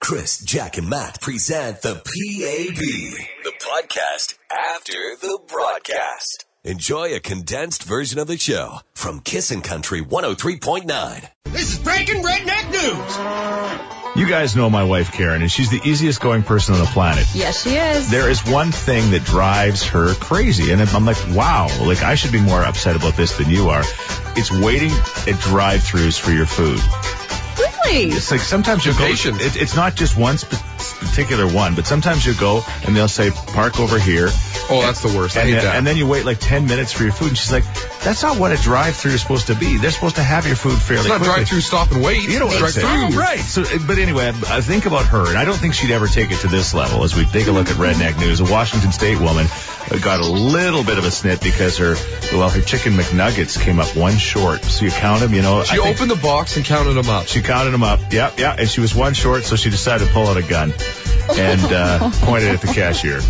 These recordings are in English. Chris, Jack, and Matt present the PAB, the podcast after the broadcast. Enjoy a condensed version of the show from Kissin' Country 103.9. This is breaking redneck news. You guys know my wife Karen, and she's the easiest going person on the planet. Yes, she is. There is one thing that drives her crazy, and I'm like, wow, like I should be more upset about this than you are. It's waiting at drive-throughs for your food. really? It's like sometimes you'll go. Impatient. It, it's not just one sp- particular one, but sometimes you'll go and they'll say, "Park over here," Oh, that's the worst. I and hate then, that. and then you wait like 10 minutes for your food. And she's like, "That's not what a drive-through is supposed to be. They're supposed to have your food fairly it's not quickly." drive through, stop and wait. You know what I'm drive saying? Right. So, uh, but anyway, I, I think about her, and I don't think she'd ever take it to this level. As we take a look at Redneck News, a Washington State woman uh, got a little bit of a snit because her, well, her chicken McNuggets came up one short. So you count them, you know. She I think- opened the box and counted them up. She counted them up. Yep, yeah, and she was one short, so she decided to pull out a gun and uh, pointed at the cashier.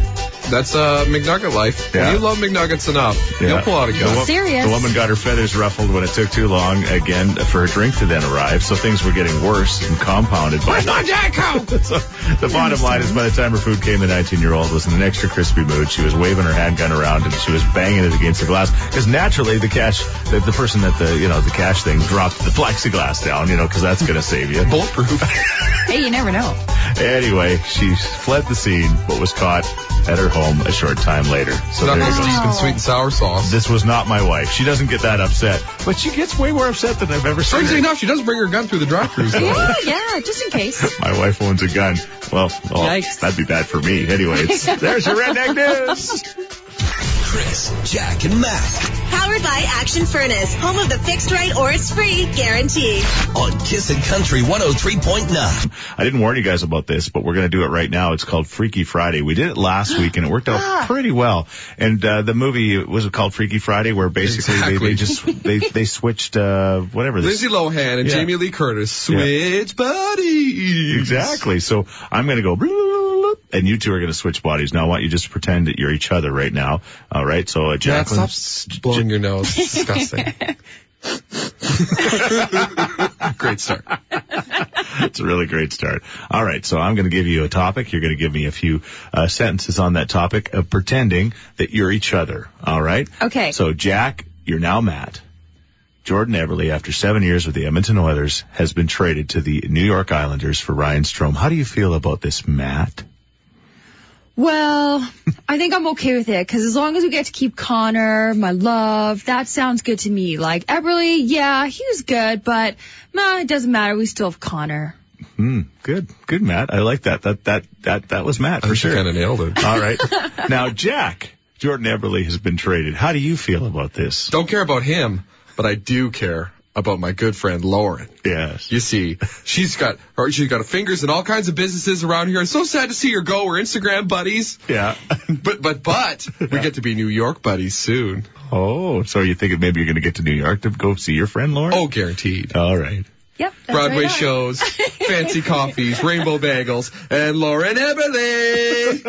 That's uh, McNugget life. Yeah. When you love McNuggets enough, Yeah. you'll pull out a The wo- gun. Serious. The woman got her feathers ruffled when it took too long again for her drink to then arrive, so things were getting worse and compounded by my Jacko? so the bottom line is by the time her food came, the 19 year old was in an extra crispy mood. She was waving her handgun around and she was banging it against the glass because naturally the cash, the, the person at the, you know, the cash thing dropped the plexiglass down, you know, because that's going to save you. Bulletproof. Hey, you never know. Anyway, she fled the scene but was caught at her home a short time later. So there you Knuckles go. deep in sweet and sour sauce. This was not my wife. She doesn't get that upset, but she gets way more upset than I've ever seen. Strangely her. enough, she does bring her gun through the drive through though. Yeah, yeah, just in case. My wife owns a gun. Well, oh, Yikes. that'd be bad for me. Anyway, it's, there's your redneck news. Chris, Jack, and Matt Powered by Action Furnace, home of the fixed right or it's free guarantee. on Kissin' Country 103.9. I didn't warn you guys about this, but we're going to do it right now. It's called Freaky Friday. We did it last week and it worked out pretty well. And uh, the movie was it called Freaky Friday, where basically they, they Exactly. just they they switched uh, whatever. this- Lindsay Lohan and Yeah. Jamie Lee Curtis switch buddies. Exactly. So I'm going to go, bloop, bloop, bloop, and you two are going to switch bodies. Now I want you just to pretend that you're each other right now. All right. So uh, Matt, Jacqueline, stop s- blowing your nose. It's disgusting. Great start. It's a really great start. All right, so I'm going to give you a topic. You're going to give me a few uh, sentences on that topic of pretending that you're each other. All right. Okay. So Jack, you're now Matt. Jordan Everly, after seven years with the Edmonton Oilers, has been traded to the New York Islanders for Ryan Strom. How do you feel about this, Matt? Well, I think I'm okay with it because as long as we get to keep Connor, my love, that sounds good to me. Like Eberly, yeah, he was good, but nah, it doesn't matter. We still have Connor. Good, good, Matt. I like that. That that that that was Matt for She sure. kind of nailed it. All right. now, Jack, Jordan Everly has been traded. How do you feel about this? Don't care about him, but I do care about my good friend Lauren. Yes. You see, she's got her, she's got her fingers in all kinds of businesses around here. It's so sad to see her go. We're Instagram buddies, Yeah. but but but we get to be New York buddies soon. Oh, so you thinking maybe you're going to get to New York to go see your friend Lauren? Oh, guaranteed. all right. Yep. that's Broadway right on. shows, fancy coffees, rainbow bagels, and Lauren Eberle.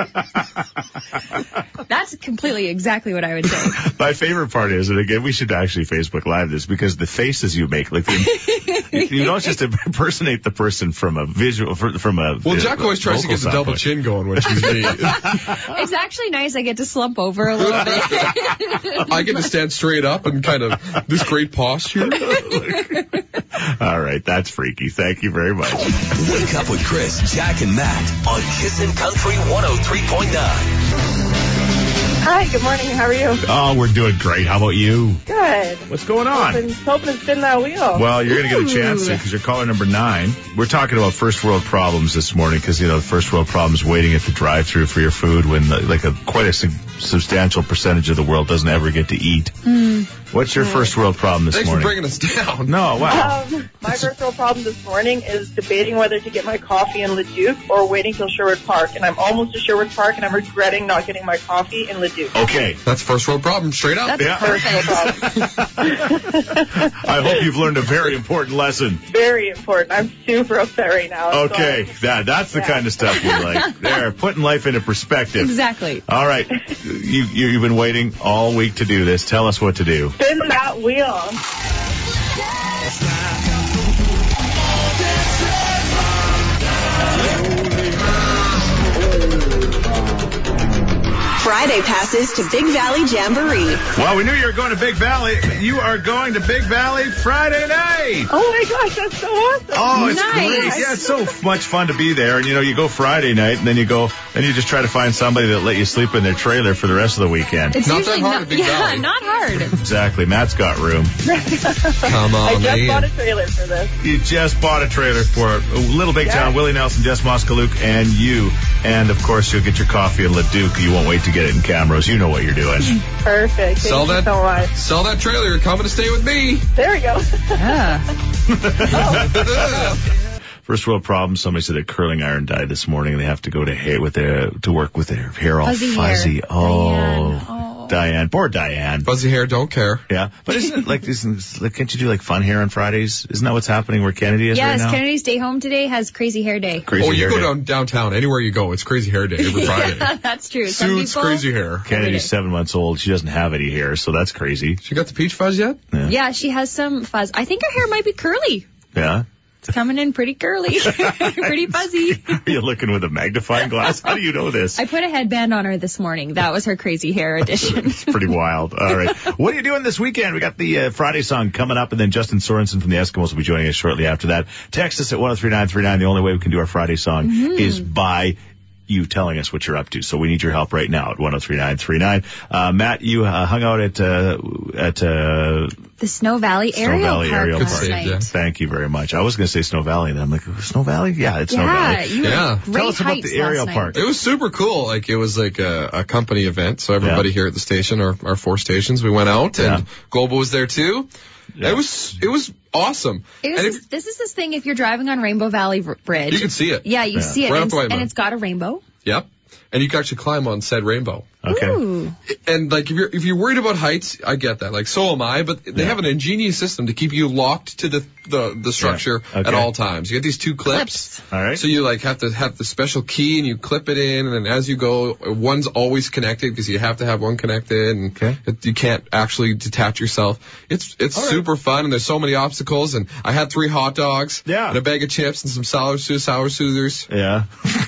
That's completely exactly what I would say. My favorite part is, and again, we should actually Facebook Live this because the faces you make, like the, you, you don't just impersonate the person from a visual, fr- from a. Well, Jack always tries to vocal get the double standpoint. chin going when she's me. it's actually nice. I get to slump over a little bit. I get to stand straight up and kind of this great posture. All right, that's freaky. Thank you very much. Wake up with Chris, Jack, and Matt on Kissin' Country 103.9. Hi, good morning. How are you? Oh, we're doing great. How about you? Good. What's going Been hoping to spin that wheel. Well, you're going to get a chance to because you're caller number nine. We're talking about first world problems this morning because, you know, first world problems waiting at the drive through for your food when, the, like, a quite a sub- substantial percentage of the world doesn't ever get to eat. What's your first world problem this Thanks for morning? bringing us down. no, wow. um, my personal problem this morning is debating whether to get my coffee in Leduc or waiting till Sherwood Park. And I'm almost to Sherwood Park, and I'm regretting not getting my coffee in Leduc. okay. That's first world problem, straight up. That's Oh, Yeah. perfect. Problem. I hope you've learned a very important lesson. Very important. I'm super upset right now. So- Okay. That, that's the Yeah. kind of stuff we like. There, putting life into perspective. Exactly. All right. You, you, you've been waiting all week to do this. Tell us what to do. spin that wheel. Oh, Friday passes to Big Valley Jamboree. Well, we knew you were going to Big Valley. You are going to Big Valley Friday night. Oh my gosh, that's so awesome. Oh, it's Nice. great. Yeah, it's so much fun to be there. And you know, you go Friday night and then you go and you just try to find somebody that let you sleep in their trailer for the rest of the weekend. It's Not that usually hard not, at Big yeah, Valley. not hard. Exactly. Matt's got room. Come I on, just bought a man. trailer for this. You just bought a trailer for it. Little Big Town, Willie Nelson, Jess Moskaluk, and you. And of course, you'll get your coffee in Leduc. You won't wait to get it in Camrose. You know what you're doing. Perfect. Thank Sell you that, so much. sell that trailer. You're coming to stay with me. There we go. Yeah. First world problem. Somebody said their curling iron died this morning, and they have to go to hair with their to work with their hair all Fuzzy hair. fuzzy. Diane. Oh, Oh. Diane, poor Diane. Fuzzy hair, don't care. Yeah, but isn't it like isn't like can't you do like fun hair on Fridays? Isn't that what's happening where Kennedy is right Yes, now? Kennedy's Day Home today has crazy hair day. Crazy Oh, you hair go day. down downtown. Anywhere you go, it's crazy hair day every Friday. That's true. Some Suits, people. crazy hair. Kennedy's seven months old. She doesn't have any hair, so that's crazy. She got the peach fuzz yet? Yeah, she has some fuzz. I think her hair might be curly. Yeah. It's coming in pretty curly, pretty fuzzy. Are you looking with a magnifying glass? How do you know this? I put a headband on her this morning. That was her crazy hair edition. It's pretty wild. All right. What are you doing this weekend? We got the uh, Friday song coming up, and then Justin Sorensen from the Eskimos will be joining us shortly after that. Text us at 103939. The only way we can do our Friday song Mm-hmm. is by you telling us what you're up to. So we need your help right now at 103939. Uh, Matt, you uh, hung out at, uh, at, uh, the Snow Valley Snow Aerial Valley Park Aerial last Park. night. Yeah. thank you very much. I was going to say Snow Valley, and then I'm like, Snow Valley? Yeah, it's Snow Yeah, Valley. you were Yeah. at great Tell us about heights the aerial last night. park. It was super cool. Like it was like a, a company event. So everybody Yeah. here at the station, our, our four stations, we went out and Global was there too. It was it was awesome. It was and this, this is this thing if you're driving on Rainbow Valley R- Bridge. you can see it. yeah, you see it, Right up and, the way, and man. it's got a rainbow. Yep. And you can actually climb on said rainbow. Okay. Ooh. And like if you're if you're worried about heights, I get that. Like so am I, but they have an ingenious system to keep you locked to the the, the structure Okay. at all times. You get these two clips. Clips. All right. So you like have to have the special key and you clip it in and then as you go, one's always connected because you have to have one connected and Okay. it, you can't actually detach yourself. It's it's super fun and there's so many obstacles and I had three hot dogs Yeah. and a bag of chips and some sour soothers, sour soothers. yeah.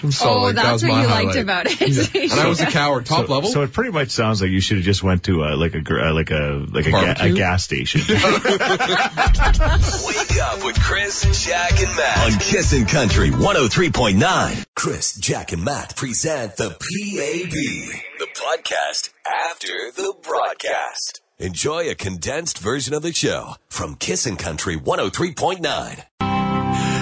So oh, like, that that's was what my you highlight. liked about it. And I was a coward. Top so, level. So it pretty much sounds like you should have just went to a, like a gr- uh, like a like a, ga- a Barbecue? gas station. Wake up with Chris, Jack, and Matt on Kissin' Country 103.9. Chris, Jack, and Matt present the PAB, the podcast after the broadcast. Enjoy a condensed version of the show from Kissin' Country 103.9.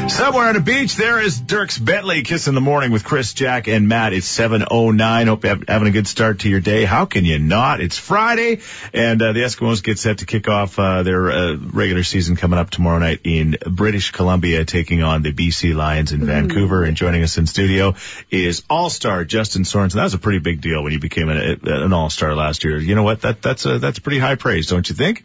Somewhere on a beach, there is Dirks Bentley. Kiss in the morning with Chris, Jack, and Matt. It's 7.09. Hope you're having a good start to your day. How can you not? It's Friday, and uh, the Eskimos get set to kick off uh, their uh, regular season coming up tomorrow night in British Columbia, taking on the BC Lions in Vancouver. And joining us in studio is All-Star Justin Sorensen. That was a pretty big deal when you became an, uh, an All-Star last year. You know what? That That's, a, that's pretty high praise, don't you think?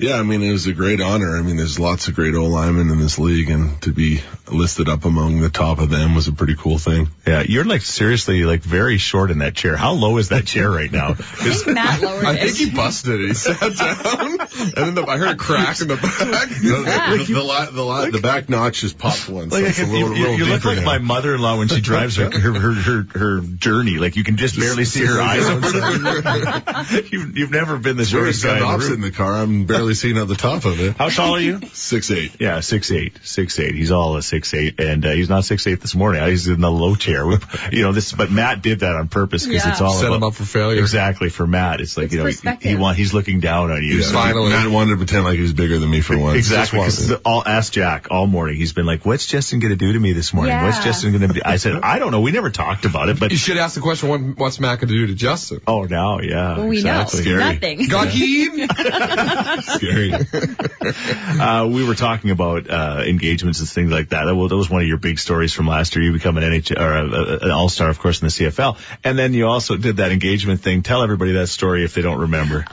Yeah, I mean, it was a great honor. I mean, there's lots of great O linemen in this league, and to be listed up among the top of them was a pretty cool thing. Yeah, you're like seriously like very short in that chair. How low is that chair right now? I think Matt lowered I it. think he busted it. He sat down, and then the, I heard a crack in the The, back. the, the, li- the, li- the back notch just popped once. Like so I it's a can, little, you, you, little you look deeper like now. my mother-in-law when she drives her her, her, her her journey. Like you can just, barely see her eyes. you've, you've never been the We're shortest guy sitting in the opposite in room. the car. I'm barely seeing out the top of it. How tall are you? Six eight. Yeah, six eight, six eight. He's all a six eight, and uh, he's not six eight this morning. Uh, He's in the low chair. We, you know this, but Matt did that on purpose because Yeah. it's all Set about, him up for failure. Exactly for Matt, it's like It's you know he, he perspective. want he's looking down on you. He's fine. Finally. Matt wanted to pretend like he was bigger than me for once. Exactly. Just Because wanted- all ask Jack all morning. He's been like, "What's Justin going to do to me this morning? What's Yeah. Justin going to do?" I said, "I don't know. We never talked about it, but You should ask the question, what, what's Matt going to do to Justin? oh, now, yeah, Well, we know exactly. nothing. Got him? Scary. Uh, we were talking about uh, engagements and things like that. That was, that was one of your big stories from last year. You become an NHL or a, a, an All Star, of course, in the CFL, and then you also did that engagement thing. Tell everybody that story if they don't remember.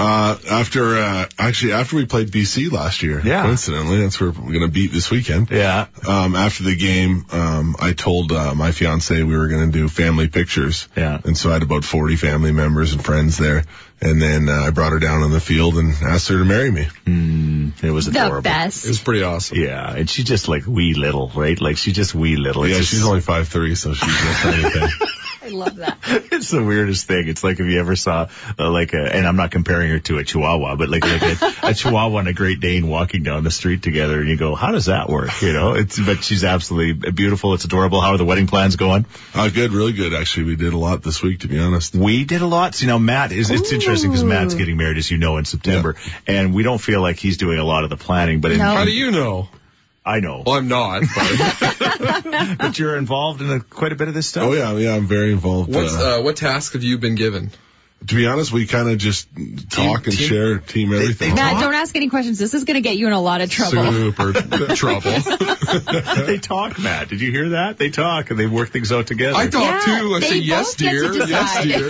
Uh, after, uh, actually, after we played BC last year, Yeah. coincidentally, that's where we're going to beat this weekend. Yeah. Um, after the game, um, I told uh, my fiance we were going to do family pictures. Yeah. And so I had about 40 family members and friends there. And then uh, I brought her down on the field and asked her to marry me. It was the adorable. best. It was pretty awesome. Yeah, and she's just like wee little, right? Like she's just wee little. It's yeah, just- she's only 5'3", so she's not anything. I love that. it's the weirdest thing. It's like if you ever saw uh, like a, and I'm not comparing her to a Chihuahua, but like, like a, a Chihuahua and a Great Dane walking down the street together, and you go, how does that work? You know, it's but she's absolutely beautiful. It's adorable. How are the wedding plans going? Uh, good, really good. Actually, we did a lot this week, to be honest. We did a lot. So, you know, Matt is it's interesting because Matt's getting married, as you know, in September, and we don't feel like he's doing a lot of the planning, but in, No. How do you know? I know, Well, I'm not. But but you're involved in a, quite a bit of this stuff. Oh yeah, yeah, I'm very involved. what's uh, uh, what task have you been given? to be honest, we kind of just talk and team- share team everything. Matt, don't ask any questions. This is going to get you in a lot of trouble. Super trouble. they talk, Matt. Did you hear that? They talk and they work things out together. I talk Yeah, too. Oh, I they say yes, both get to dear. Yes, decide.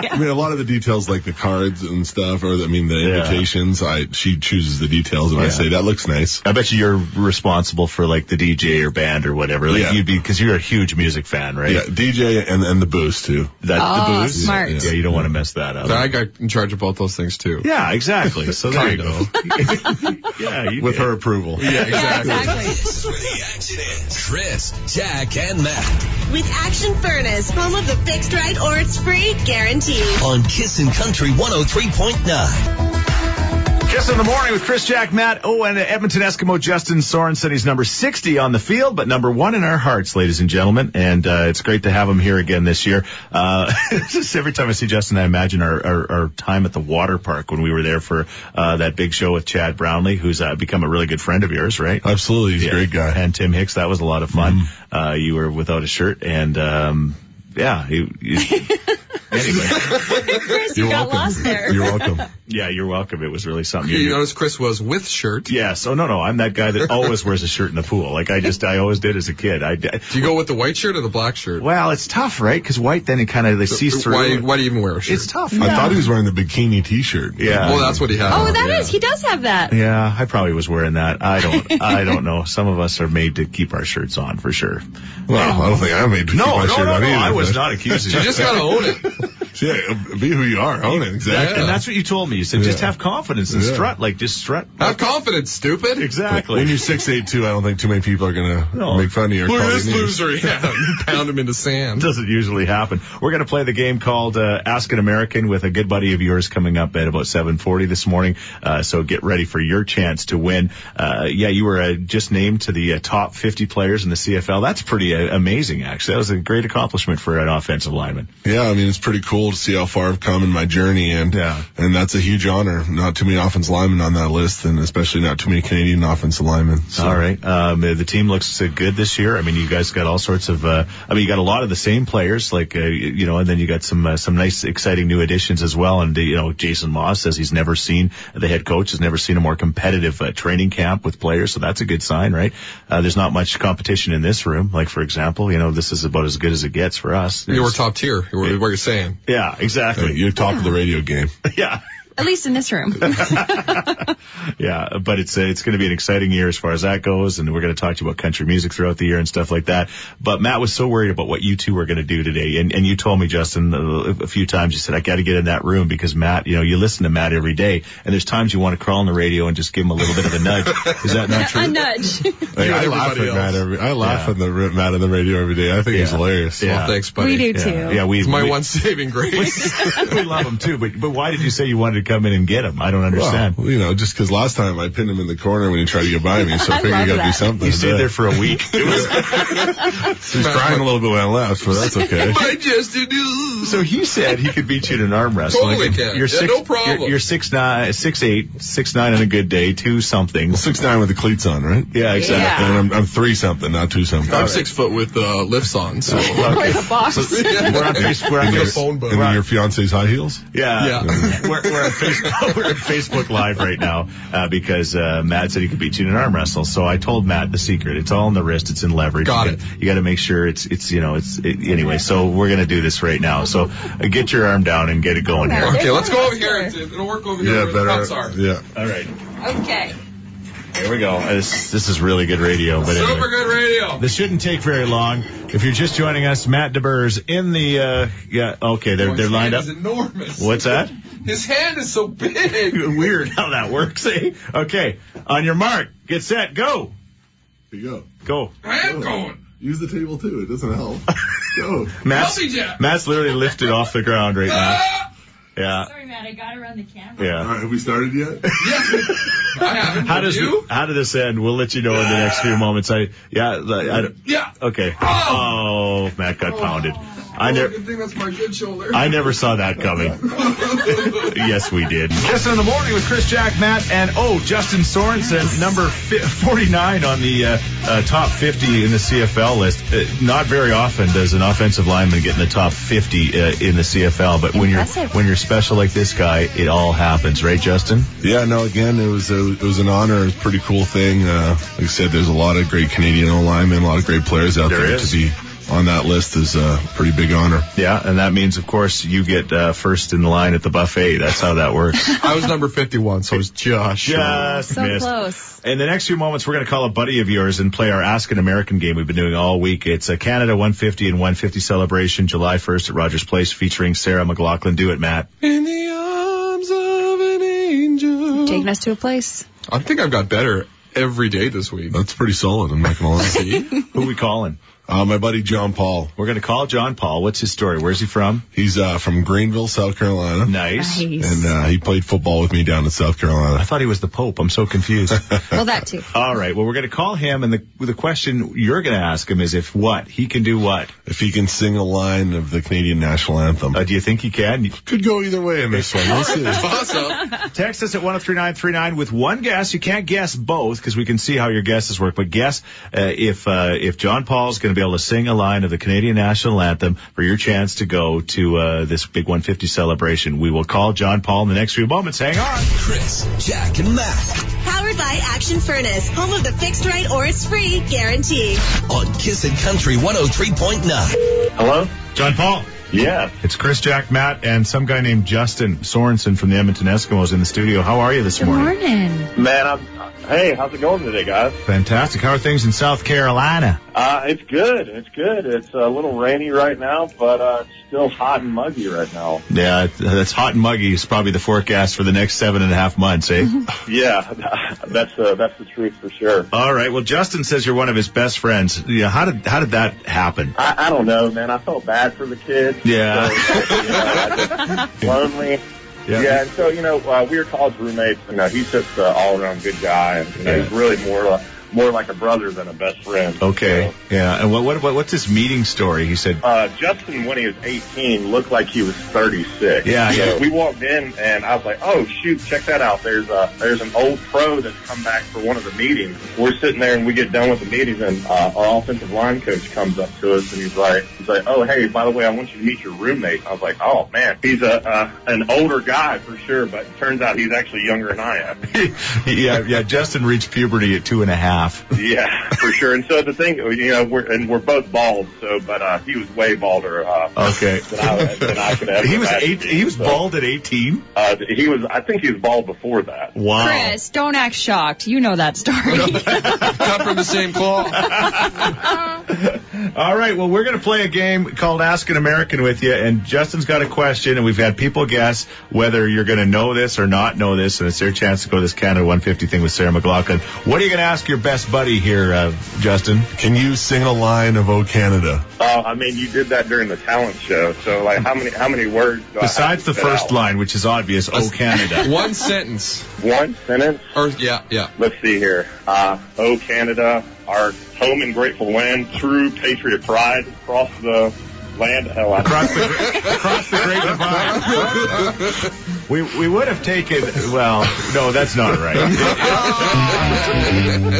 dear. I mean, a lot of the details, like the cards and stuff, or the, I mean, the Yeah. invitations. I she chooses the details, and I Yeah. say that looks nice. I bet you you're responsible for like the DJ or band or whatever. Like Yeah. you'd be because you're a huge music fan, right? Yeah, DJ and and the booze too. That Oh, the booze. smart. Yeah, you don't want to mess that up. I got in charge of both those things too. yeah, exactly. So there you Kind go. yeah, you With did. her approval. Yeah, Yeah, exactly. exactly. This is where the action is. Chris, Jack, and Matt With Action Furnace, home of the fixed right or it's free guarantee. on Kissin' Country 103.9. Kiss in the morning with Chris, Jack, Matt. Oh, and Edmonton Eskimo Justin Sorensen. He's number 60 on the field, but number one in our hearts, ladies and gentlemen. And uh, it's great to have him here again this year. Uh, just every time I see Justin, I imagine our, our, our time at the water park when we were there for uh, that big show with Chad Brownlee, who's uh, become a really good friend of yours, right? Absolutely, he's a great guy. Mm-hmm. And Tim Hicks, that was a lot of fun. Uh, you were without a shirt, and um, yeah, you, you, anyway, Chris, you got lost there. You're welcome. yeah, you're welcome. It was really something. You You- notice Chris was with shirt. Yes. Oh no, no. I'm that guy that always wears a shirt in the pool. Like I just, I always did as a kid. I, d- Do you go with the white shirt or the black shirt? well, it's tough, right? Because white then it kind of they sees through. Why, it. why do you even wear a shirt? It's tough. I thought he was wearing the bikini T-shirt. Yeah. well, that's what he had. Oh, that is. yeah. He does have that. Yeah, I probably was wearing that. I don't, I don't know. Some of us are made to keep our shirts on for sure. Well, I don't think I made to keep No, my no, shirt no, on no. either. I was but- not accused of You just gotta own it. Yeah, be who you are. Own it. Exactly. Yeah. And that's what you told me. You said just Yeah. have confidence and Yeah. strut, like just strut. Have confidence, stupid. Exactly. When you're six eight two, I don't think too many people are gonna No. make fun of you. or Look call at you this names. loser. Yeah, you pound him into sand. doesn't usually happen. We're going to play the game called uh, Ask an American with a good buddy of yours coming up at about 7:40 this morning. Uh, so get ready for your chance to win. Uh, yeah, you were uh, just named to the uh, top 50 players in the CFL. That's pretty uh, amazing, actually. That was a great accomplishment for an offensive lineman. Yeah, I mean it's pretty cool to see how far I've come in my journey, and Yeah. and that's a huge honor. Not too many offensive linemen on that list, and especially not too many Canadian offensive linemen. So. All right. Um, uh, the team looks uh, good this year. I mean, you guys got all sorts of. Uh, I mean, you got a lot of the same players, like uh, y- you know, and then you got some uh, some nice, exciting new additions as well. And uh, you know, Jason Moss says he's never seen the head coach has never seen a more competitive uh, training camp with players, so that's a good sign, right? Uh, there's not much competition in this room. Like for example, you know, this is about as good as it gets for us. You were Uh, top tier. You were what you're saying. yeah, Hey, exactly. You're top of the radio game. yeah. At least in this room. Yeah, but it's uh, it's going to be an exciting year as far as that goes, and we're going to talk to you about country music throughout the year and stuff like that. But Matt was so worried about what you two were going to do today, and and you told me Justin a, a few times you said I got to get in that room because Matt, you know, you listen to Matt every day, and there's times you want to crawl on the radio and just give him a little bit of a nudge. Is that not true? a nudge. Like, You I and laugh at everybody Matt else. every. I laugh at the r- Matt on the radio every day. I think he's Yeah. hilarious. Yeah. Well, thanks, buddy. we do too. Yeah, yeah, we It's my we, one saving grace. we love him too, but but why did you say you wanted to come in and get him? I don't Well, understand. you know, just 'cause last time I pinned him in the corner when he tried to get by me, so I figured love you got to do that. something. you stayed Yeah. there for a week. It was He's crying a little bit when I left, but that's okay. I just do. So he said he could beat you in an arm wrestle. Totally Like, can. You're Yeah, six, no problem. You're, you're six nine, six eight, six nine on a good day, two something. Six nine with the cleats on, right? Yeah, exactly. And I'm, I'm three something, not two something. I'm six foot with uh, lifts on, so Or the box. We're on Facebook. We're on In your Facebook. phone book. And then your fiance's high heels. Yeah, Yeah. we're, we're, on Facebook, we're on Facebook Live right now uh, because uh, Matt said he could beat you in an arm wrestle. So I told Matt the secret. It's all in the wrist. It's in leverage. Got You it. You got to make sure it's it's you know it's it, anyway. So we're gonna do this right now. So uh, get your arm down and get it going here. Okay, let's go over here. It'll work over here. Yeah, where the cups are. better. Yeah. All right, Okay. here we go. Uh, This this is really good radio. But anyway. Super good radio. This shouldn't take very long. If you're just joining us, Matt DeBurr's in the uh, yeah. Okay, they're they're His lined hand up. Is enormous. What's that? His hand is so big. Weird how that works. Eh? Okay, on your mark, get set, go, Here you go. go. I am going. Use the table too. It doesn't help. go. Matt's, Help me, Jack. Matt's literally lifted off the ground right now. Ah! Yeah, Sorry, Matt, I got around the camera. All yeah. right, have we started yet? I haven't. How Have does you? how did this end? We'll let you know in the next few moments. I yeah. I, I, Yeah. Oh, okay. Oh, Matt got pounded. I I never. good thing that's my good shoulder. I never saw that coming. yes, we did. Kissing in the morning with Chris Jack, Matt, and oh, Justin Sorensen, number fi 49 on the uh, uh, top 50 in the CFL list. Uh, not very often does an offensive lineman get in the top 50 uh, in the CFL, but when you're Impressive. when you're special like this guy, it all happens, right, Justin? Yeah, no, again, it was a, it was an honor. It was a pretty cool thing. Uh, like I said, there's a lot of great Canadian O linemen, a lot of great players out There there. is. To be on that list is a pretty big honor. Yeah, and that means, of course, you get uh, first in the line at the buffet. That's how that works. I was number 51, so it was Josh. Just So missed. close. In the next few moments, we're going to call a buddy of yours and play our Ask an American game we've been doing all week. It's a Canada 150 and 150 celebration, July 1st at Rogers Place, featuring Sarah McLaughlin. Do it, Matt. In the arms of an angel. Taking us to a place. I think I've got better every day this week. That's pretty solid. I'm not gonna lie. Who we calling? uh, my buddy John Paul. We're going to call John Paul. What's his story? Where's he from? He's uh, from Greenville, South Carolina, Nice. Nice. and uh, he played football with me down in South I Carolina. thought he was the Pope. I'm so confused. Well, that too. uh, all right. Well, we're going to call him, and the the question you're going to ask him is if what he can do what. If he can sing a line of the Canadian national anthem, Uh, do you think he can? could go either way in this one. We'll see. Awesome. Text us at 103939 with one guess. You can't guess both because we can see how your guesses work. But guess uh, if uh, if John Paul's going to be able to sing a line of the Canadian national anthem for your chance to go to uh, this big 150 celebration. We will call John Paul in the next few moments. Hang on. Chris, Jack, and Matt Powered by Action Furnace, home of the fixed right or it's free guarantee. on Kissin' Country 103.9. Hello? John Paul. Yeah. It's Chris, Jack, Matt, and some guy named Justin Sorensen from the Edmonton Eskimos in the studio. How are you this Good morning. Man, I'm, hey, how's it going today, guys? Fantastic. How are things in South Carolina? Uh, it's good. It's good. It's a little rainy right now, but uh, it's still hot and muggy right now. Yeah, that's hot and muggy is probably the forecast for the next seven and a half months, eh? Mm-hmm. Yeah, that's uh, that's the truth for sure. All right. Well, Justin says you're one of his best friends. Yeah. How did how did that happen? I, I don't know, man. I felt bad for the kids. Yeah. So, you know, I just- lonely. Yeah. and so you know, uh, we were college roommates, and uh, he's just an all-around good guy, and you know, he's Yeah. really more uh, more like a brother than a best friend. Okay. So, Yeah. And what, what what what's his meeting story? He said. uh, Justin, when he was 18, looked like he was 36. Yeah, So yeah. we walked in, and I was like, "Oh shoot, check that out! There's a there's an old pro that's come back for one of the meetings." We're sitting there, and we get done with the meetings, and uh, our offensive line coach comes up to us, and he's like, "He's like, oh hey, by the way, I want you to meet your roommate." I was like, "Oh man, he's a uh, an older guy for sure, but it turns out he's actually younger than I am." yeah, yeah. Justin reached puberty at two and a half. yeah, for sure. And so the thing, you know, we're and we're both bald, so but uh, he was way balder. Uh, Okay. than I, than I could ever He was imagine eight, being. he was So, bald at eighteen. Uh, he was. I think he was bald before that. Wow. Chris, don't act shocked. You know that story. Cut from the same claw. All right. Well, we're going to play a game called Ask an American with you. And Justin's got a question, and we've had people guess whether you're going to know this or not know this. And it's their chance to go to this Canada 150 thing with Sarah McLaughlin. What are you going to ask your best buddy here, uh, Justin? Can you sing a line of "O Canada"? Uh, I mean, you did that during the talent show. So like, how many how many words? Do I have Besides to the spit first out? line, which is obvious, Oh Canada. One sentence. one sentence. Or yeah, yeah. Let's see here. Uh, oh Canada, our home and grateful land, true patriot pride across the land. Hell, I Across the, across the Great Divide. We, we would have taken, well, no, that's not right.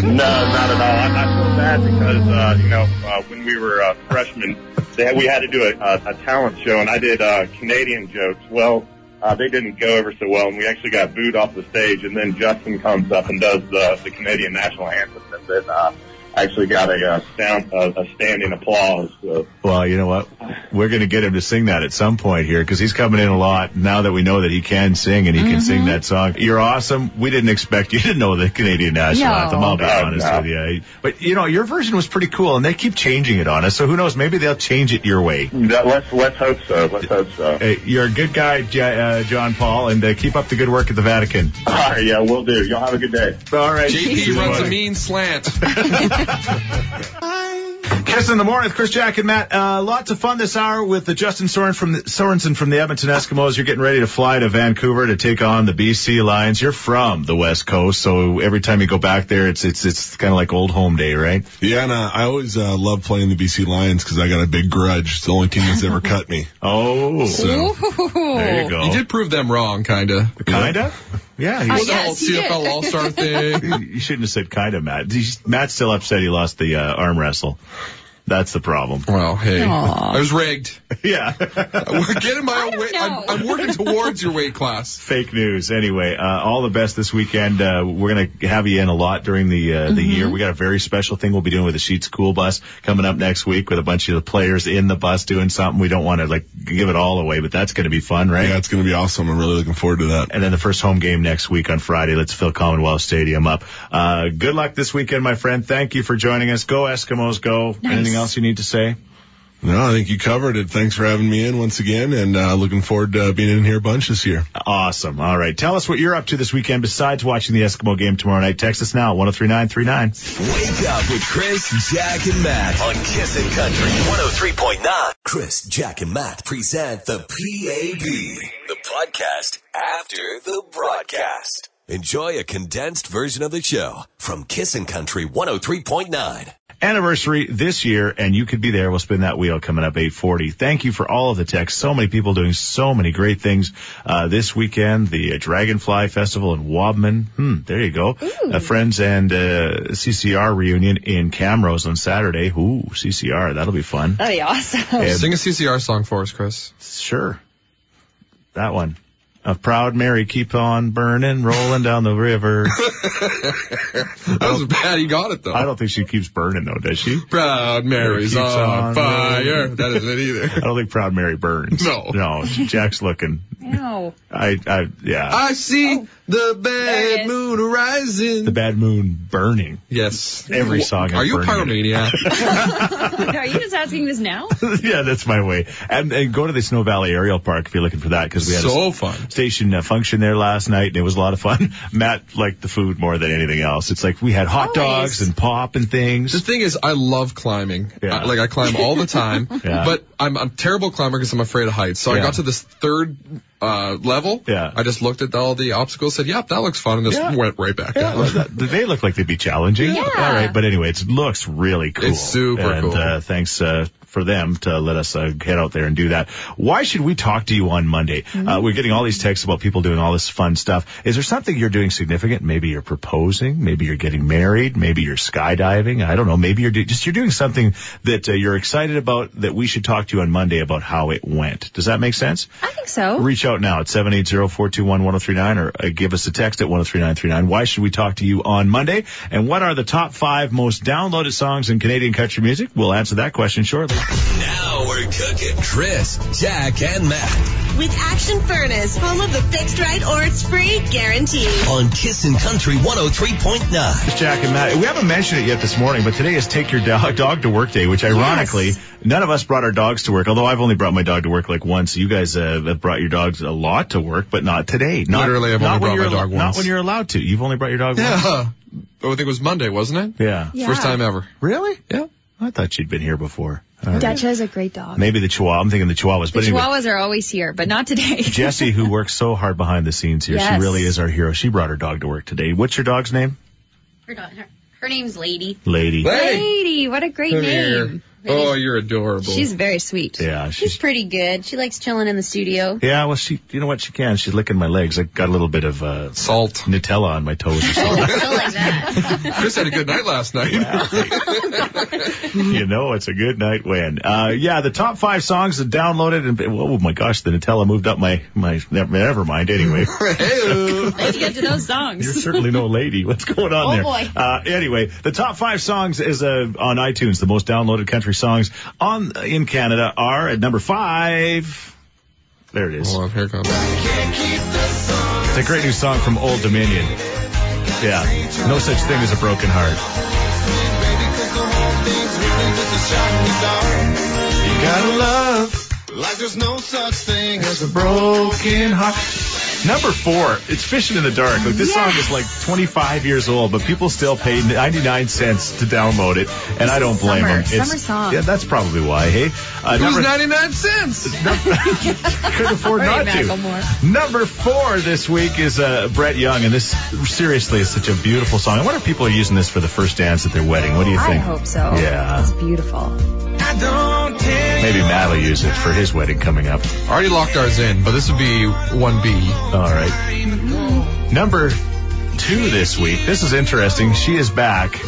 No, not at all. I'm not so bad because uh, you know uh, when we were uh, freshmen, they had, we had to do a, a, a talent show, and I did uh, Canadian jokes. Well, uh, they didn't go over so well, and we actually got booed off the stage. And then Justin comes up and does the, the Canadian national anthem, and then uh, actually got a, uh sound a, a standing applause. So. Well, you know what? We're going to get him to sing that at some point here because he's coming in a lot now that we know that he can sing and he can sing that song. You're awesome. We didn't expect you to know the Canadian national No. anthem. I'll be No, honest no. with you. But you know, your version was pretty cool, and they keep changing it on us. So who knows? Maybe they'll change it your way. That, let's let's hope so. Let's hope so. Hey, you're a good guy, J- uh, John Paul, and uh, keep up the good work at the Vatican. All right, yeah, we'll do. Y'all have a good day. All right. JP runs a mean slant. Kiss in the morning with Chris Jack and Matt. Uh, lots of fun this hour with the Justin Soren from the, Sorensen from the Edmonton Eskimos. You're getting ready to fly to Vancouver to take on the BC Lions. You're from the West Coast, so every time you go back there, it's it's it's kind of like old home day, right? Yeah, and uh, I always uh, love playing the BC Lions because I got a big grudge. It's the only team that's ever cut me. Oh, so, there you go. You did prove them wrong, kinda. Kinda. Yeah, he With was- the whole yes, you did. CFL All Star thing. you shouldn't have said kind of, Matt. He's- Matt's still upset he lost the uh, arm wrestle. That's the problem. Well, hey, Aw. I was rigged. Yeah. We're getting my don't own weight. I'm, know. I'm working towards your weight class. Fake news. Anyway, uh, all the best this weekend. Uh, we're gonna have you in a lot during the uh, the year. We got a very special thing we'll be doing with the Sheets Cool Bus coming up next week with a bunch of the players in the bus doing something. We don't want to like give it all away, but that's gonna be fun, right? Yeah, it's going to be awesome. I'm really looking forward to that. and then the first home game next week on Friday. Let's fill Commonwealth Stadium up. Uh, good luck this weekend, my friend. Thank you for joining us. Go Eskimos, go. Nice. Anything else you need to say? No, I think you covered it. Thanks for having me in once again, and uh, looking forward to uh, being in here a bunch this year. Awesome. All right. Tell us what you're up to this weekend besides watching the Eskimo game tomorrow night. Text us now oh at 103939. Wake up with Chris, Jack, and Matt on Kissin' Country 103.9. Chris, Jack, and Matt present the PAB, the podcast after the broadcast. Enjoy a condensed version of the show from Kissin' Country 103.9. anniversary this year, and you could be there. We'll spin that wheel coming up 840. Thank you for all of the texts. So many people doing so many great things uh, this weekend. The uh, Dragonfly Festival in Wobman. Hmm, there you go. Uh, Friends and uh, CCR reunion in Camrose on Saturday. Ooh, CCR. That'll be fun. That'd be awesome. And- Sing a CCR song for us, Chris. Sure. That one. A proud Mary keep on burning, rolling down the river. That was bad. He got it though. I don't think she keeps burning though, does she? Proud Mary's Keeps on, on fire. rolling. That isn't it I either. don't think Proud Mary burns. No. No, Jack's looking. No. I, I, yeah. I see the There it bad Oh. is. moon rising. the bad moon burning. yes. Every song. Are is you a burning it. pyromaniac? Are you just asking this now? yeah, that's my way. And, and go to the Snow Valley Aerial Park if you're looking for that because we had a so fun. s- station uh, function there last night and it was a lot of fun. Matt liked the food more than anything else. It's like we had hot Always. dogs and pop and things. The thing is, I love climbing. Yeah. I- like I climb all the time, Yeah. but I'm a terrible climber because I'm afraid of heights. So Yeah. I got to this third uh, level. Yeah. I just looked at all the obstacles, said, "Yep, that looks fun," and just Yeah. went right back Yeah, down. well, that- they look like they'd be challenging. Yeah. All right, but anyway, it looks really cool. It's super and, cool. Uh, thanks uh, for them to let us uh, head out there and do that. Why should we talk to you on Monday? Uh, we're getting all these texts about people doing all this fun stuff. Is there something you're doing significant? Maybe you're proposing. Maybe you're getting married. Maybe you're skydiving. I don't know. Maybe you're do- just you're doing something that uh, you're excited about that we should talk to you on Monday about how it went. Does that make sense? I think so. Reach out now at 780-421-1039 or uh, give us a text at 103939. Why should we talk to you on Monday? And what are the top five most downloaded songs in Canadian country music? We'll answer that question shortly. Now we're cooking Chris, Jack, and Matt With Action Furnace, home of the fixed right or it's free guarantee. on Kissin' Country 103.9. It's Jack and Matt. We haven't mentioned it yet this morning, but today is Take Your Dog, dog to Work Day, which ironically, none of us brought our dogs to work, although I've only brought my dog to work like once. You guys uh, have brought your dogs a lot to work, but not today. Not, Literally, I've not only brought when my you're al- dog Not once. when you're allowed to. You've only brought your dog once? Yeah. Oh, I think it was Monday, wasn't it? Yeah. Yeah. First time ever. Really? Yeah. I thought you'd been here before. All right. Dacha is a great dog. Maybe the Chihuahua. I'm thinking the Chihuahuas. the But anyway, Chihuahuas are always here, but not today. Jessie, who works so hard behind the scenes here, Yes. she really is our hero. She brought her dog to work today. What's your dog's name? Her, da- her, her name's Lady. Lady. Hey, Lady, what a great come name. here. Oh, you're adorable. She's very sweet. Yeah, She's she's. pretty good. She likes chilling in the studio. Yeah, well, she. You know what? She can. She's licking my legs. I got a little bit of uh, Salt. Nutella on my toes. Or something. Still like that. Chris had a good night last night. you know, it's a good night when. Uh, yeah, the top five songs that downloaded and oh my gosh, the Nutella moved up my my. Never mind. Anyway. uh, Hey-o. Let's get to those You're songs. certainly no lady. What's going on Oh, there? boy. Uh, anyway, the top five songs is uh, on iTunes. The most downloaded country songs on in Canada are at number five. There it is. Hold on, here it comes. It's a great new song from Old Dominion. Yeah, no such thing as a broken heart. You gotta love Like there's no such thing as a broken heart. Number four, it's Fishing in the Dark. Like this Yes. song is like 25 years old, but people still pay 99 cents to download it, and I don't blame summer- them. It's- summer song. Yeah, that's probably why. Hey, uh, It was number- 99 cents. could afford All right, not to. Number four this week is uh, Brett Young, and this seriously is such a beautiful song. I wonder if people are using this for the first dance at their wedding. What do you I think? hope so. Yeah. It's beautiful. Maybe Matt will use it for his wedding coming up. Already locked ours in, but this would be 1B. All right. Number two this week. This is interesting. She is back.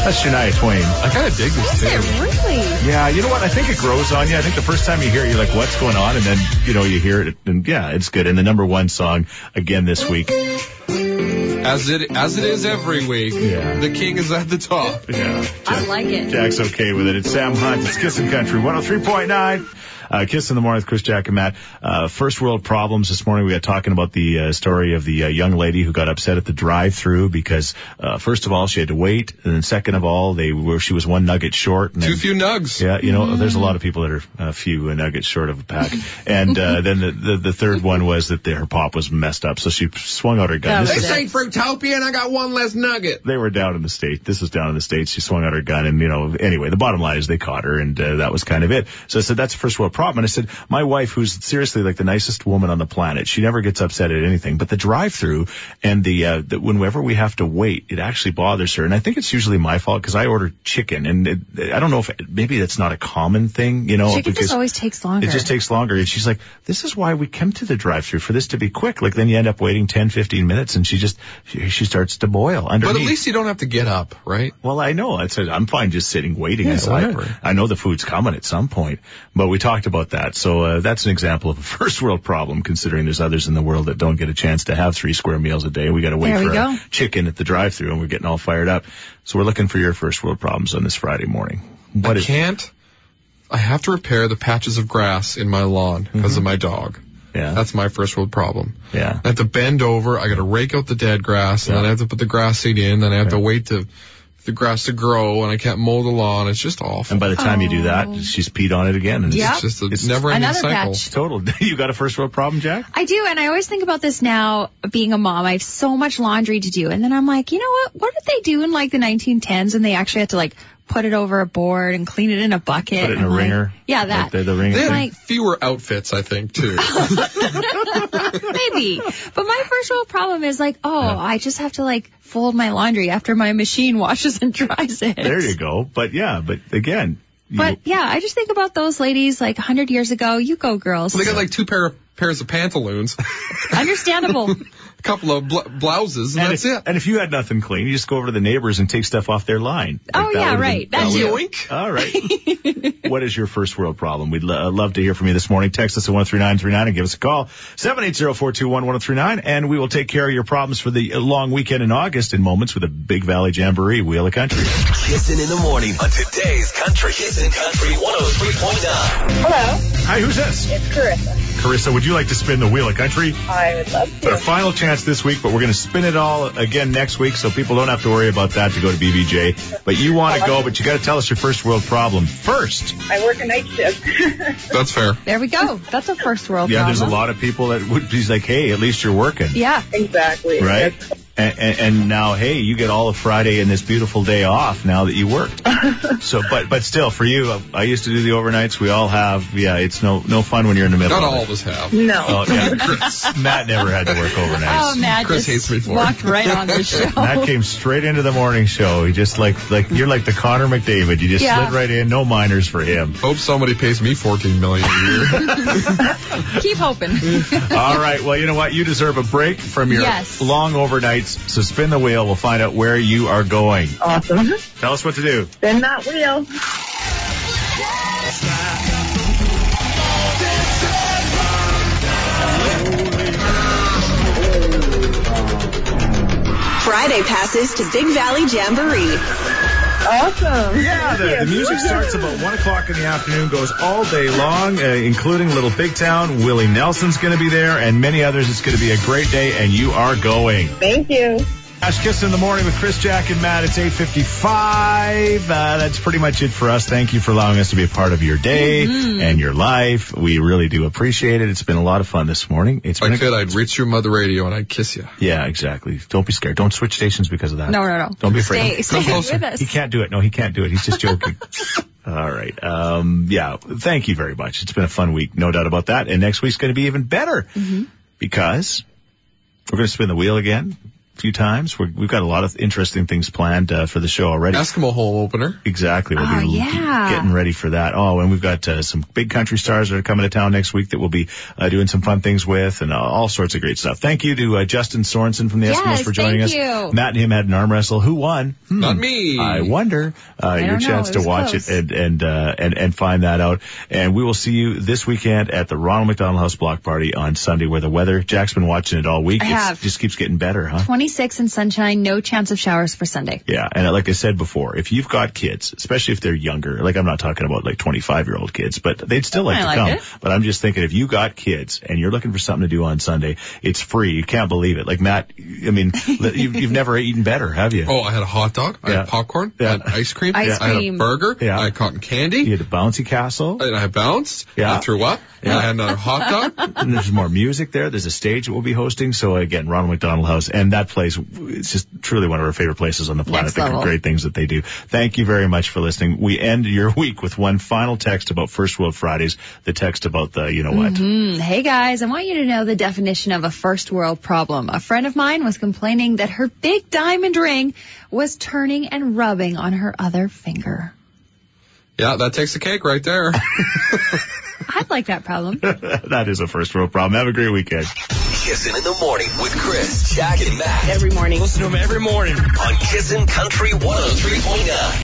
That's Shania Twain. I kind of dig this too. Really? Yeah, you know what? I think it grows on you. I think the first time you hear it, you're like, what's going on? And then, you know, you hear it, and yeah, it's good. And the number one song again this week. As it as it is every week, Yeah. the king is at the top. Yeah. I like it. Jack's okay with it. It's Sam Hunt. It's Kissin' Country 103.9. Uh, Kiss in the morning with Chris, Jack, and Matt. Uh, first world problems this morning. We got talking about the uh, story of the uh, young lady who got upset at the drive-through because, uh, first of all, she had to wait, and then second of all, they were she was one nugget short. And Too then- few nugs. yeah, you know, there's a lot of people that are a few nuggets short of a pack. And uh, then the, the the third one was that the, her pop was messed up, so she swung out her gun. That This They is- say Fruitopia and I got one less nugget. they were down in the state. This was down in the states. She swung out her gun, and you know, anyway, the bottom line is they caught her, and uh, that was kind of it. So I said, "That's a first world problem." And I said, "My wife, who's seriously like the nicest woman on the planet, she never gets upset at anything, but the drive-through and the, uh, the whenever we have to wait, it actually bothers her. And I think it's usually my fault because I order chicken, and it, I don't know if maybe that's not a common thing, you know, Chicken because just always takes longer. it just takes longer. And she's like, this is why we come to the drive through for this to be quick. Like then you end up waiting 10, 15 minutes and she just, she, she starts to boil underneath. But at least you don't have to get up, right? well, I know. I said, I'm fine just sitting waiting. Yes, I, whatever. I, I know the food's coming at some point, but we talked about that. So uh, that's an example of a first world problem considering there's others in the world that don't get a chance to have three square meals a day. We got to wait There we for our go. chicken at the drive through and we're getting all fired up. So we're looking for your first world problems on this Friday morning. What I is- can't. I have to repair the patches of grass in my lawn because Mm-hmm. of my dog. Yeah. That's my first world problem. yeah. I have to bend over. I got to rake out the dead grass, and Yeah. then I have to put the grass seed in. Then I have to wait to the grass to grow, and I can't mow the lawn. It's just awful. And by the time you do that, Oh. she's peed on it again. And it's Yep. It's just a It's- never-ending Another cycle. patch. Total. You got a first world problem, Jack? I do, and I always think about this now, being a mom. I have so much laundry to do, and then I'm like, you know what? What did they do in like the 1910s, and they actually had to like put it over a board and clean it in a bucket? Put it in a I'm like- ringer. Uh-huh. Yeah, that. Like the, the ringer. They had thing. Like- fewer outfits, I think, too. Maybe. But my first world problem is like, oh, I just have to like fold my laundry after my machine washes and dries it. there you go. But yeah, but again, you- But yeah, I just think about those ladies like 100 years ago. You go, girls. they got like two pair of, pairs of pantaloons, Understandable. a couple of bl- blouses, and, and that's if, it. And if you had nothing clean, you just go over to the neighbors and take stuff off their line. Like, that oh yeah, would've right. been- That's you. Yoink. all right. what is your first world problem? We'd lo- uh, love to hear from you this morning. Text us at 13939 and give us a call. 780-421-1039 and we will take care of your problems for the uh, long weekend in August in moments with a Big Valley Jamboree Wheel of Country. Kissing in the morning on today's country. Kissing Country 103.9. Hello, Hi, who's this? it's Carissa. Carissa, would you like to spin the Wheel of Country? I would love Our to. final chance this week, but we're going to spin it all again next week, so people don't have to worry about that to go to BBJ. But you want to go, but you got to tell us your first world problem first. I work a night shift. That's fair. There we go. That's a first world Yeah, problem. there's a lot of people that would be like, hey, at least you're working, Yeah. exactly. right? And, and, and now, hey, you get all of Friday and this beautiful day off now that you worked. so, but but still, for you, I used to do the overnights. We all have. Yeah, it's no no fun when you're in the middle. Not of all it. of us have. No. Oh, yeah. Matt never had to work overnights. Oh, Matt Chris hates just me for it. walked right on the Matt show. came straight into the morning show. He just like like you're like the Connor McDavid. You just Yeah. slid right in. No minors for him. Hope somebody pays me 14 million a year. Keep hoping. All right. Well, you know what? You deserve a break from your Yes. long overnights. So spin the wheel. We'll find out where you are going. Awesome. Tell us what to do. Then that wheel. Friday passes to Big Valley Jamboree. Awesome. Yeah, the, the music starts about one o'clock in the afternoon, goes all day long, uh, including Little Big Town. Willie Nelson's going to be there, and many others. It's going to be a great day, and you are going. Thank you. Ash Kiss in the morning with Chris, Jack, and Matt. It's 8.55. Uh, that's pretty much it for us. Thank you for allowing us to be a part of your day Mhm. and your life. We really do appreciate it. It's been a lot of fun this morning. It's If I been a- could, I'd reach your mother radio and I'd kiss you. yeah, exactly. Don't be scared. Don't switch stations because of that. No, no, no. Don't be afraid. Stay, stay with us. He can't do it. No, he can't do it. He's just joking. All right. Um, yeah. Thank you very much. It's been a fun week, no doubt about that. And next week's going to be even better because we're going to spin the wheel again a few times. We're, we've got a lot of interesting things planned uh, for the show already. Eskimo home opener. Exactly. We'll Oh, be yeah. getting ready for that. Oh, and we've got uh, some big country stars that are coming to town next week that we'll be uh, doing some fun things with and uh, all sorts of great stuff. Thank you to uh, Justin Sorensen from the Eskimos Yes, for joining thank us. you. Matt and him had an arm wrestle. Who won? Hmm. Not me. I wonder. Uh, I your don't know. chance It to was watch close. it and and uh, and and find that out. And we will see you this weekend at the Ronald McDonald House Block Party on Sunday, where the weather. Jack's been watching it all week. I It's- have. just keeps getting better, huh? 26 and sunshine, no chance of showers for Sunday. Yeah, and like I said before, if you've got kids, especially if they're younger, like I'm not talking about like 25 year old kids, but they'd still like I to like come. it. But I'm just thinking if you got kids and you're looking for something to do on Sunday, it's free. You can't believe it. Like Matt, I mean, you've, you've never eaten better, have you? Oh, I had a hot dog. I Yeah. had popcorn. I had ice cream. Ice I had a cream. burger. Yeah. I had cotton candy. You had a bouncy castle. And I bounced. Yeah. I threw up. Yeah. I had another hot dog. And there's more music there. There's a stage that we'll be hosting. So again, Ronald McDonald House, and that place, it's just truly one of our favorite places on the planet. Next The level. great things that they do. Thank you very much for listening. We end your week with one final text about First World Fridays. The text about the, you know what? Mm-hmm. Mhm. Hey guys, I want you to know the definition of a first world problem. A friend of mine was complaining that her big diamond ring was turning and rubbing on her other finger. Yeah, that takes the cake right there. I'd like that problem. that is a first world problem. Have a great weekend. Kissin' in the morning with Chris, Jack, and Matt. Every morning. oh Listen to him every morning on Kissin' Country 103.9.